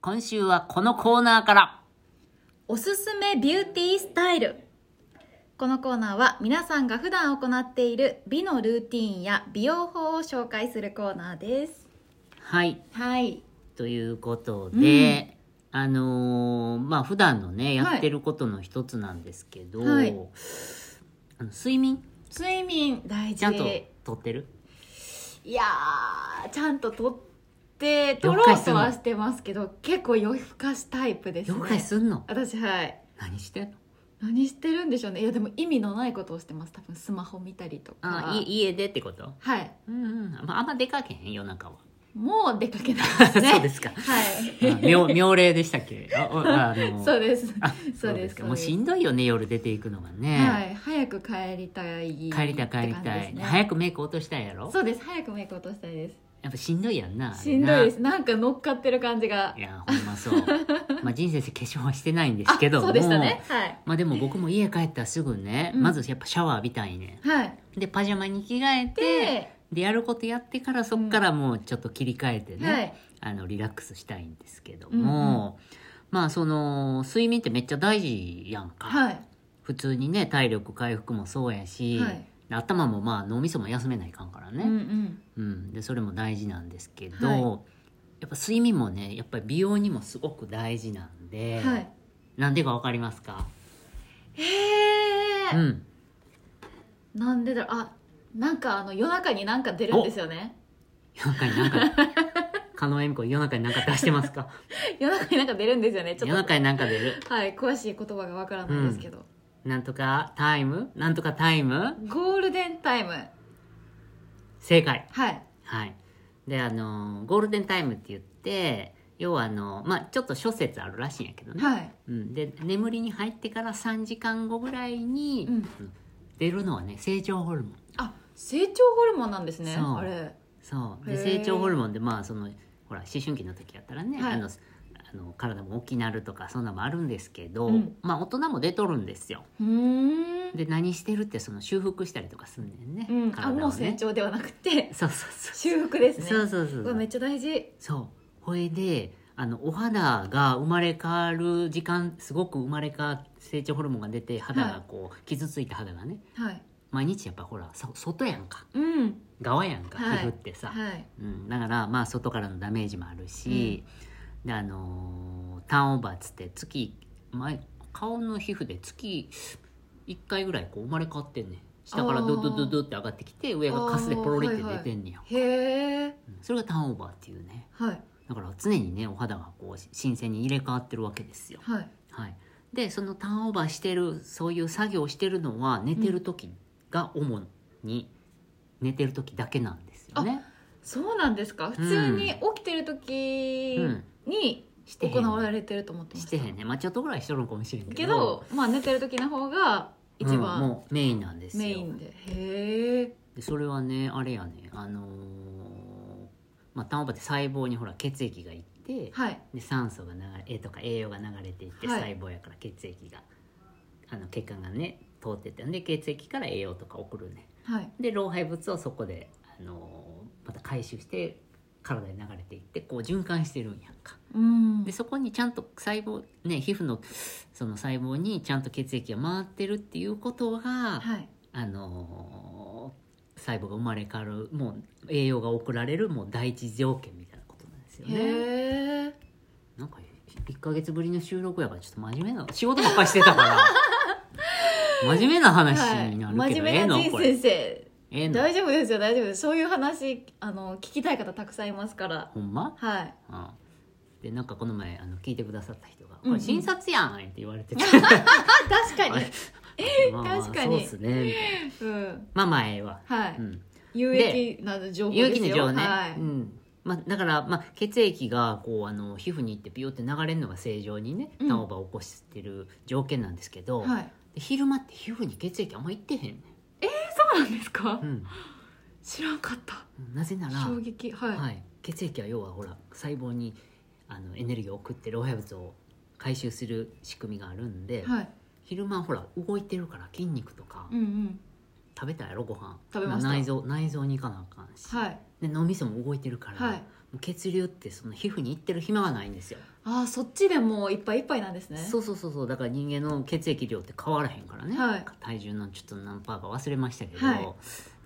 今週はこのコーナーから。おすすめビューティースタイルこのコーナーは皆さんが普段行っている美のルーティンや美容法を紹介するコーナーですはい。はいということで、あのーまあ普段のね、やってることの一つなんですけど、はいあの睡眠睡眠大事ちゃんととってる、いやーちゃんと取って取ろうとはしてますけど結構夜更かしタイプですね了解すんの私はい何してんの何してるんでしょうねいやでも意味のないことをしてます多分スマホ見たりとかあい家でってことはいうんうん。まあ、あんま出かけへん、夜中は。もう出かけないです ねそうですか。あはい 妙妙齢でしたっけあおああのそうですあそうですかもうしんどいよね夜出ていくのがね、はい、早く帰りたい、帰りたい帰りたい、早早くくメイク落としたいやろそうです早くメイク落としたいでやっぱしんどいやんなすしんどいですすなんか乗っかってる感じがいやほんまそう まあ人生で化粧はしてないんですけどあもそうでしたねはいまあでも僕も家帰ったらすぐね、うんまずやっぱシャワー浴びたいねはいでパジャマに着替えてででやることやってからそっからもうちょっと切り替えてね、はいあのリラックスしたいんですけども、まあその睡眠ってめっちゃ大事やんか、はい普通にね体力回復もそうやし、はい頭もまあ脳みそも休めないかんからうんうね、んうんでそれも大事なんですけど、はいやっぱ睡眠もねやっぱり美容にもすごく大事なんで、はいなんでかわかりますか、へうえん、なんでだろうあなんかあの夜中になんか出るんですよね夜中になんか加納恵美子夜中になんか出してます か夜中になんか出るんですよねち夜ょっ中になんか出るとはい詳しい言葉がわからないですけど、なんとかタイムなんとかタイムゴールデンタイム正解はいはい。で、あのー、ゴールデンタイムって言って、要はあのー、まあ、ちょっと諸説あるらしいんやけどね。はいうん。で、眠りに入ってから3時間後ぐらいに、うん出るのはね、成長ホルモン。あ成長ホルモンなんですねそうあれそう。へで、ー成長ホルモンで、まあ、その、ほら、思春期の時やったらね、はいあの、あの体も大きなるとかそんなのもあるんですけど、うんまあ大人も出とるんですようーんで何してるってその修復したりとかすんねんね、うん、体あをねもう成長ではなくてそうそうそう修復ですねそうそうそうこれめっちゃ大事そうほいであのお肌が生まれ変わる時間すごく生まれ変わって成長ホルモンが出て肌がこう、傷ついた肌がねはい毎日やっぱほらそ外やんかうん側やんか、はい皮膚ってさ、はいうん、だからまあ外からのダメージもあるし、であのーターンオーバーっつって月前顔の皮膚で月1回ぐらいこう生まれ変わってんねん下からドドドドって上がってきて上がカスでポロリって出てんねや、へえうんそれがターンオーバーっていうねはいだから常にねお肌がこう新鮮に入れ替わってるわけですよ。はいはい、でそのターンオーバーしてるそういう作業をしてるのは寝てる時が主に寝てる時だけなんですよね。そうなんですか普通に起きてる時うん、にしてへん行われてると思ってまししてたへんね、まあ、ちょっとぐらいしとるのかもしれんけけどどまあ寝てる時の方がうん一番もうメインなんですよ。メインでへえでそれはねあれやね、あのーまあ、ターンオーバーって細胞にほら血液がいって、はいで酸素が流れえとか栄養が流れていって、はい細胞やから血液があの血管がね通ってってんで血液から栄養とか送るねはいで老廃物をそこで、あのーまた回収して体に流れていってこう循環してるんやんかうんでそこにちゃんと細胞ね皮膚のその細胞にちゃんと血液が回ってるっていうことが、はいあのー細胞が生まれ変わるもう栄養が送られるもう第一条件みたいなことなんですよね。へえなんか1ヶ月ぶりの収録やからちょっと真面目な仕事ばっかりしてた から真面目な話になるけど、え真え面目なの人こ先れ生ええの大丈夫ですよ大丈夫ですそういう話あの聞きたい方たくさんいますからほんま、 はいうん、でなんかこの前あの聞いてくださった人が「うんこれ診察やん!」って言われ ててあ確かあにれまあまあ確かにそうっすねみたいなうんまあまあええわ、はい、うん、有益な情報ですよ有機の情ね、、はいうんまあ、だから、まあ、血液がこうあの皮膚に行ってビューって流れるのが正常にねタうんーンオーバーを起こしてる条件なんですけど、はいで昼間って皮膚に血液あんま行ってへんねん、そうなんですか、うん知らんかったなぜなら、衝撃はい、はい、血液は要はほら細胞にあのエネルギーを送って老廃物を回収する仕組みがあるんで、はい昼間ほら動いてるから筋肉とかうんうん食べたやろご飯食べました内臓内臓に行かなあかんし、はいで脳みそも動いてるから、はい血流ってその皮膚に行ってる暇がないんですよ、ああそっちでもういっぱいいっぱいなんですねそうそうそうそうだから人間の血液量って変わらへんからね、はい体重のちょっと何パーか忘れましたけど、はい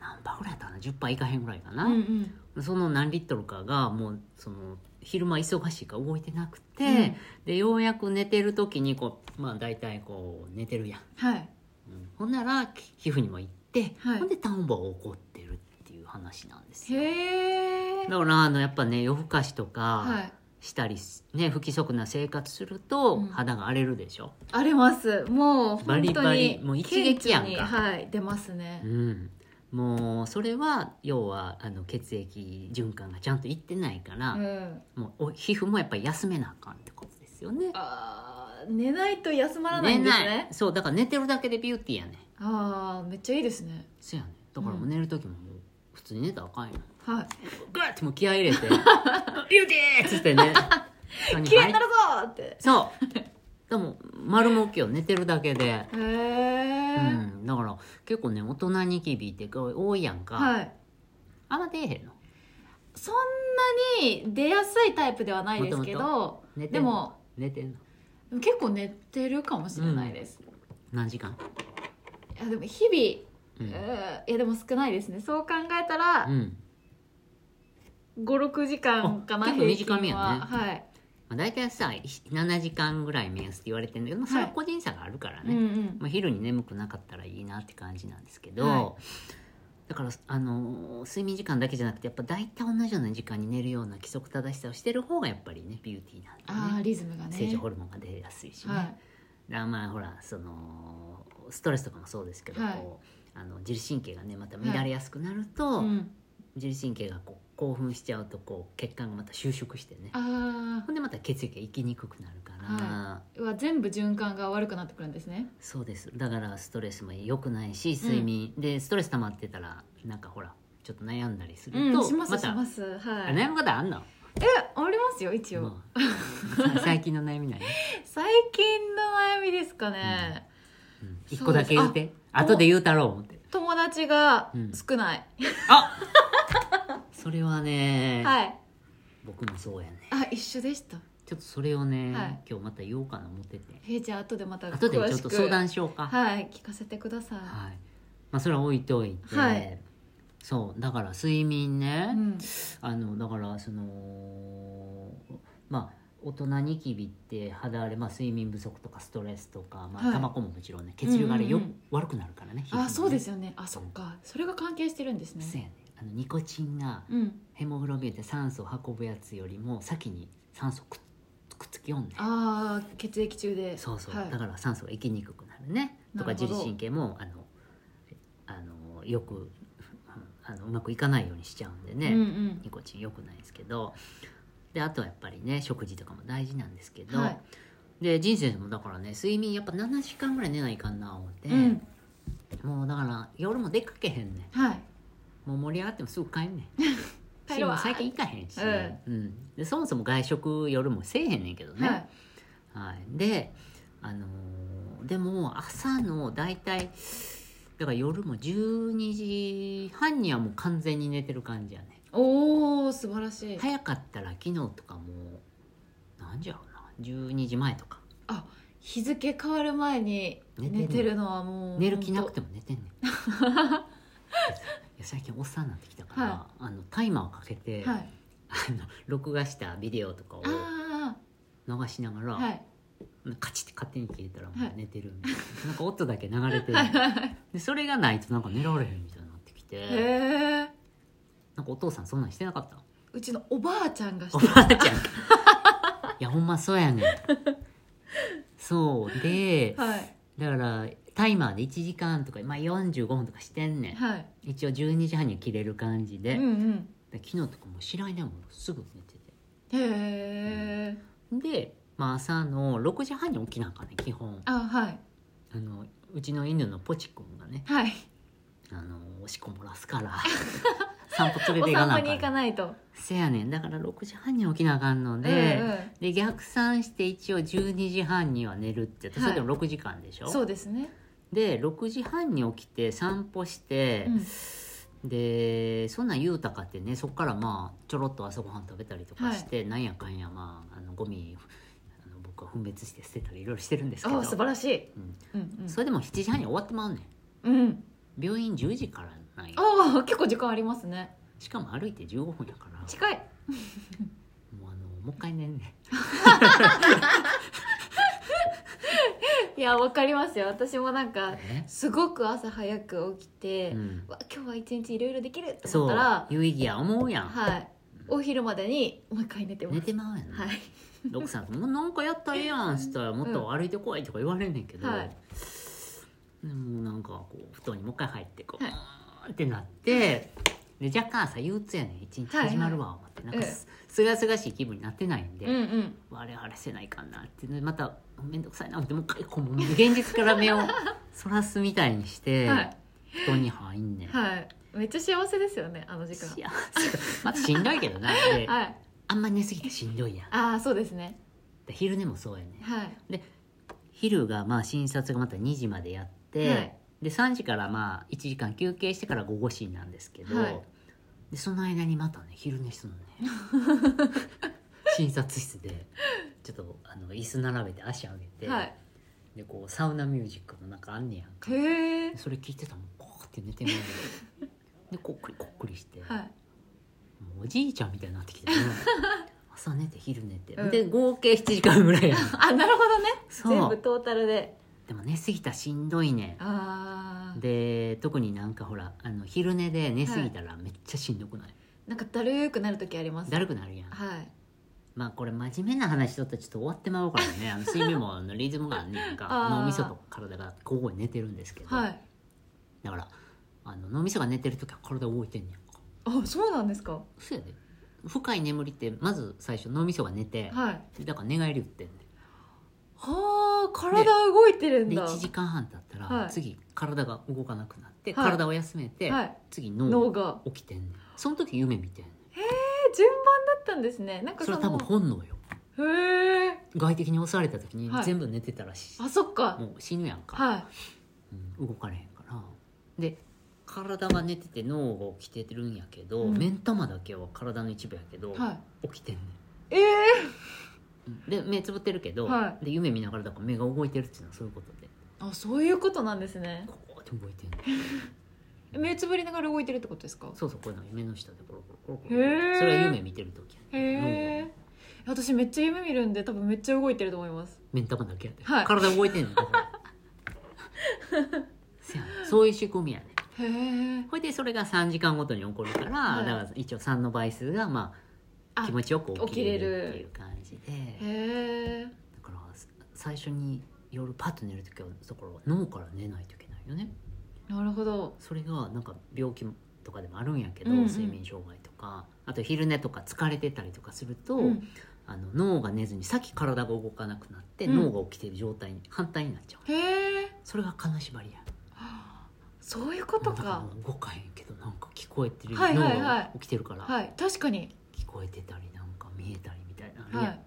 何パーぐらいやったかな10パーいかへんぐらいかな、うんうんその何リットルかがもうその昼間忙しいから動いてなくて、うんでようやく寝てる時にこうまあ大体こう寝てるやん、はいうんほんなら皮膚にも行って、はいほんでターンオーバーが起こってるっていう話なんですよへえだからあのやっぱね夜更かしとはかいしたりし、ね不規則な生活するとうん肌が荒れるでしょ、ありますもう本当にバリバリもう一撃やんか顕著にはい出ますねうん、もうそれは要はあの血液循環がちゃんといってないかうら、んもうお皮膚もやっぱり休めなあかんってことですよねあー寝ないと休まらないんです寝ないねそうだから寝てるだけでビューティーやねああめっちゃいいですねそうやねだからもう寝る時ももう普通に寝たらあかんよはいグッてもう気合い入れて ビューティーっつって ね綺麗になるぞーってそうでも丸もきを寝てるだけでへうえんだから結構ね大人ニキビって多いやんか、はいあんま出えへんのそんなに出やすいタイプではないですけど寝てでんのも寝てんの結構寝てるかもしれないです、何時間いやでも日々うん、うんいやでも少ないですねそう考えたらうん56時間かなあ結構短めやね平均ははい、まあ、大体さ7時間ぐらい目安って言われてるんだけど、まあ、それは個人差があるからね、うんうんまあ、昼に眠くなかったらいいなって感じなんですけど、はだからあのー睡眠時間だけじゃなくてやっぱ大体同じような時間に寝るような規則正しさをしてる方がやっぱりねビューティーなんあであねリズムがね成長ホルモンが出やすいしね、はだかいらまあほらそのストレスとかもそうですけど、はいこうあの自律神経がねまた乱れやすくなると、うん、自律神経がこう興奮しちゃうとこう血管がまた収縮してねあほんでまた血液が行きにくくなるから、はあは全部循環が悪くなってくるんですねそうですだからストレスも良くないし睡眠、でストレス溜まってたらなんかほらちょっと悩んだりすると、うん、しますしたますはあいえ悩むことあんの、ありますよ一応、もう 最近の悩 みない、最近の悩みですかね、うん、一個だけ言うて後で言うたろう思って友達がうん少ない、あそれはね、はい僕もそうやねあ一緒でしたちょっとそれをね、はい今日また言おうかな思っててえじゃあ後でまた詳しく後でちょっと相談しようかはい聞かせてください、はいまあ、それは置いといて、はいそうだから睡眠ね、うんあのだからそのまあ大人ニキビって肌荒れ、まあ、睡眠不足とかストレスとか、まはあ、いタバコももちろんね血流があれよ、うんうんうん悪くなるからねあそうですすよねあそっかそれが関係してるんですそうねやねあのニコチンがうんヘモグロビンって酸素を運ぶやつよりも先に酸素くっくっつきよんねああ血液中でそうそう、はいだから酸素が生きにくくなるねとかなるほ自ど律神経もあのあのよくあのうまくいかないようにしちゃうんでね、うんうんニコチン良くないですけどであとはやっぱりね食事とかも大事なんですけど、はいで人生でもだからね睡眠やっぱ7時間ぐらい寝ないかんな思って、うんもうだから夜も出かけへんねはいんもう盛り上がってもすぐ帰んねん 帰しるもわう最近行かへんし、うんうんでそもそも外食夜もせえへんねんけどね、はいはい、で、あのーでも朝の大体だから夜も12時半にはもう完全に寝てる感じやねおお素晴らしい早かったら昨日とかもう何時やろうな12時前とか日付変わる前に寝てる寝てるのはもう寝る気なくてても寝てんねん いや最近おっさんになってきたから、はあのタイマーをかけて、はいあの録画したビデオとかをあ流しながら、あはいカチッて勝手に消えたらもはいう寝てるみたいな,、なんか音だけ流れてるはいはいでそれがないとなんか寝られへんみたいになってきへてえなんかお父さんそんなんしてなかったうちのおばあちゃんがしおてばあち ゃんいやほんまそうやねんそうで、はいだからタイマーで1時間とか、まあ、45分とかしてんねん、はい一応12時半に切れる感じで,うで、んうん昨日とかも白いでもすぐ寝てへえてで、まあ、朝の6時半に起きなんかね基本あはいあのうちの犬のポチ君がね はいあのおしっこ漏らすから 散歩連れおて行か散な歩あにか行んかないとせやねんだから6時半に起きなあかんので、うんうんで逆算して一応12時半には寝るって言ってそれでも6時間でしょ、そうですねで6時半に起きて散歩して、うんでそんなん言うたかってねそこからまあちょろっと朝ごはん食べたりとかして、なんやかんやまああのゴミあの僕は分別して捨てたりいろいろしてるんですけあどあ素晴らしい、うんうんうんそれでも7時半に終わってまうねんうん、病院10時からなんやああ結構時間ありますねしかも歩いて15分やから近いもうあのもう一回寝んねんいやわかりますよ私もなんかねすごく朝早く起きて、うんわ今日は一日いろいろできるとそ思ったうら有意義や思うやん、はいお昼までにもう一回寝てます寝てまうやんな、はいで奥さんと「もうなんかやったらええやん」っつったら「もっと歩いてこい」とか言われんねんけど、はいでもうなんかこう布団にもう一回入ってこう、はいうーんってなってで若干さ憂鬱やねん一日始まるわ思って、いなんかすすがすがしい気分になってないんで、うんうんあれあれせないかんなってでまた面倒くさいな思ってもう一回こう現実から 目をそらすみたいにして、はい布団に入んねん。はいめっちゃ幸せですよねあの時幸せ間まあしんどいけどなで、はいあんま寝すぎてしんどいやんああそうですねで昼寝もそうやねんはい昼がまあ診察がまた2時までやって、はいで3時からまあ1時間休憩してから午後診なんですけど、はいでその間にまたね昼寝するのね 診察室でちょっとあの椅子並べて足上げて、はいでこうサウナミュージックもなんかあんねやんかへえでそれ聞いてたらもうこーって寝てるん ででこっくりこっくりして、はいもうおじいちゃんみたいになってき て、ね、朝寝て昼寝て、うんで合計7時間ぐらいやん あなるほどねそう全部トータルででも寝すぎたらしんどいねんああで特になんかほらあの昼寝で寝すぎたらめっちゃしんどくない、なんかだるーくなる時ありますだるくなるやんはいまあこれ真面目な話しとったらちょっと終わってまうからねあの 睡眠もあのリズムがあんねんかあー脳みそと体が交互に寝てるんですけど、はいだからあの脳みそが寝てる時は体動いてんねんかあそうなんですかそうやで深い眠りってまず最初脳みそが寝て、はいだから寝返り打ってんねはあ体動いてるんんでだ1時間半経ったら、はい次体が動かなくなって、はい体を休めて、はい次脳脳がが起きてんねんその時夢見てんねんえ順番だったんですねなんかそそれのは多分本能よへえ外敵に襲われた時にはい全部寝てたらし、あそっかもう死ぬやんか、はうん動かれへんからで体が寝てて脳が起きてるんやけど、うん目ん玉だけは体の一部やけど、いは起きてんねいええんで目つぶってるけど、はで夢見ながらだから目が動いてるっていうのはそういうことであそういうことなんですねこうやって動いてんねん目つぶりながら動いてるってことですかそうそうこういうの目の下でボロボロボロボロへーそれは夢見てる時やねんへ脳えが私めっちゃ夢見るんで多分めっちゃ動いてると思います目ん玉だけやで、はい体動いてんねんだから せやねんそういう仕組みやねんへえほいでそれが3時間ごとに起こるから、はいだから一応3の倍数がまああ気持ちよく起きれる起きれるっていう感じでへえだから最初に夜パッと寝る時はだから脳から寝ないといけないよねなるほどそれがなんか病気とかでもあるんやけど、うんうん睡眠障害とかあと昼寝とか疲れてたりとかすると、うんあの脳が寝ずにさっき体が動かなくなって、うん脳が起きてる状態に反対になっちゃうへえそれが金縛りやそういうことだからかもう動かへんけどなんか聞こえてる、はいはいはい脳が起きてるから、はい確かに聞こえてたりなんか見えたりみたいなのあるやんはい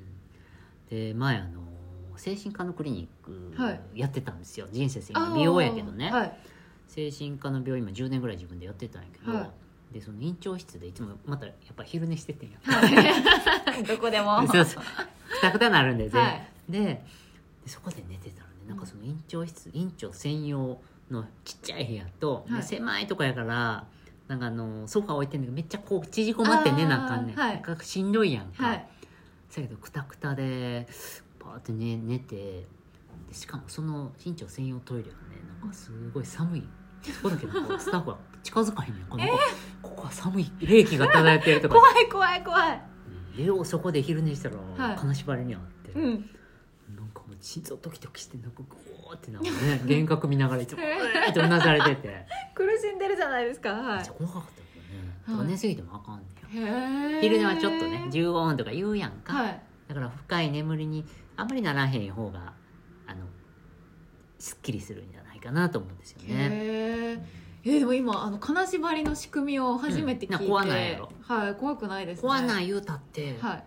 うんで前あの精神科のクリニックはいやってたんですよ、人生生あー美容やけどね、はい精神科の病院も10年ぐらい自分でやってたんやけど、はでその院長室でいつもまたやっぱ昼寝して てんやどこでもはそうそうくたくたなるんで、全は部ででそこで寝てたのねなんかその院長室院長専用のちっちゃい部屋と、ではい狭いとこやからなんかあのソファ置いてんだけどめっちゃこう縮こまって寝なあかんねん、あーはいなんかしんどいやんか、いそやけどくたくたでパーって寝寝てでしかもその身長専用トイレがねなんかすごい寒いそこだけなん かスタッフが近づかへんねんこの子、ここは寒い冷気が漂ってるとか怖い怖い怖いでようそこで昼寝したらはい金縛りにあって、うんなんかもう心臓ドキドキしてなんかグオーってなんか ね幻覚見ながらいつもええーってうなされてて、苦しんでるじゃないですかめはっいちゃ怖かったけどね、はいだから寝すぎてもあかんねんへえ昼寝はちょっとね15分とか言うやんか、はいだから深い眠りにあんまりならへん方があのすっきりするんじゃないかなと思うんですよね。へええーでも今あの金縛りの仕組みを初めて聞いて、うんなんか怖ないやろはい怖くないですね怖ないい言うたって、はい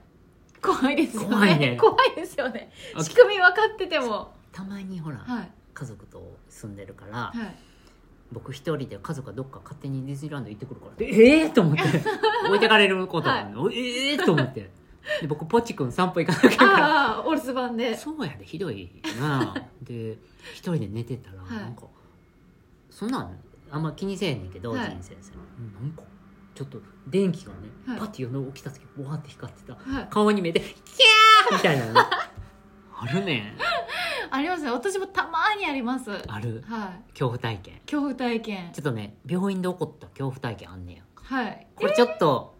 怖いですよね怖いね怖いですよねあ仕組み分かっててもたまにほら、はい家族と住んでるから、はい僕一人で家族がどっか勝手にディズニーランド行ってくるからでええー、と 思って置いてかれることがあるの、ええー、と思ってで僕ポチ君散歩行かなきゃいけないからああお留守番でそうやでひどい なで一人で寝てたらはいなんか、そんなんあんま気にせえへんねんけど、はい人生さなんかちょっと電気がね、はいパッて夜起きた時わーって光ってたはい顔に見えて「キャー!」みたいな のあるねありますね私もたまにありますはいある恐怖体験恐怖体験ちょっとね病院で起こった恐怖体験あんねやはいこれちょっと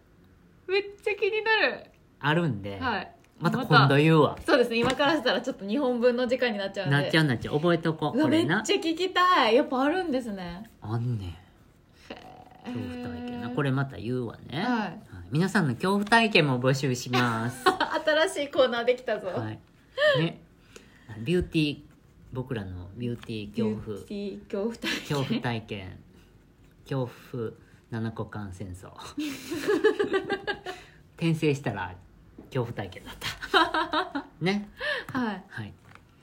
めっちゃ気になるあるんで、はいまたまた今度言うわ、そうですね今からしたらちょっと日本分の時間になっちゃうんでなっちゃうなっちゃう覚えとこううわこめれっなちゃ聞きたいやっぱあるんですねあんねん恐怖体験なこれまた言うわね、はいはい皆さんの恐怖体験も募集します。 新しいコーナーできたぞ、はい。ね。ビューティー、僕らのビューティー恐怖、ビューティー恐恐怖怖体験体験、恐怖七個間戦争。転生したら恐怖体験だった。 ね。はい、はい。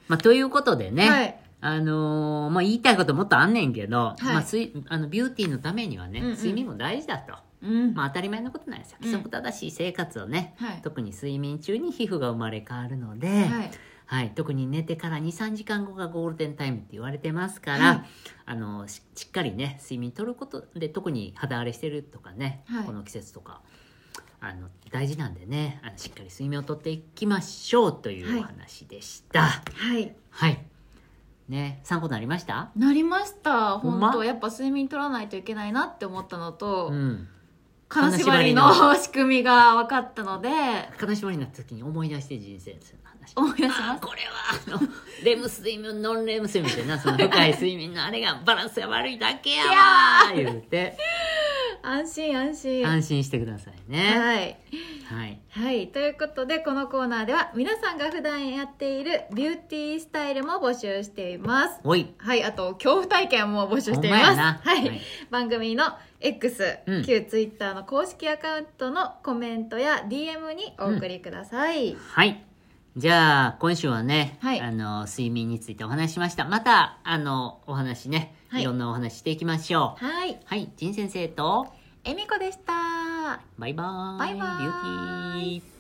まあ、ということでね。はいあのーまあ、言いたいこともっとあんねんけど、いまあ、すいあのビューティーのためにはね、うんうん睡眠も大事だと。うんまあ、当たり前のことなんですようん規則正しい生活をね、はい特に睡眠中に皮膚が生まれ変わるので、はいはい特に寝てから23時間後がゴールデンタイムって言われてますから、はいあのししっかりね睡眠とることで特に肌荒れしてるとかね、はいこの季節とかあの大事なんでねあのしっかり睡眠をとっていきましょうというお話でした。はい、はいね参考になりましたなりましたほん本ま当、やっぱ睡眠取らないといけないなって思ったのと、うん金縛りの仕組みが分かったので悲しみになった時に思い出して人生の話思い出しあまーこれはあの レム睡眠ノンレム睡眠みたいなその深い睡眠のあれがバランスが悪いだけやわー言うてす安心安心安心してくださいねはいはいはいということでこのコーナーでは皆さんが普段やっているビューティースタイルも募集していますおいはい、あと恐怖体験も募集していほんまます。やなはい、はい番組の X、うん旧 Twitter の公式アカウントのコメントや DM にお送りください。はいじゃあ今週はね、はいあの睡眠についてお話ししましたまたあのお話ね、はいい、ろんなお話していきましょうはい、はい仁先生とえみこでした。バイバーイバイバーイビューティー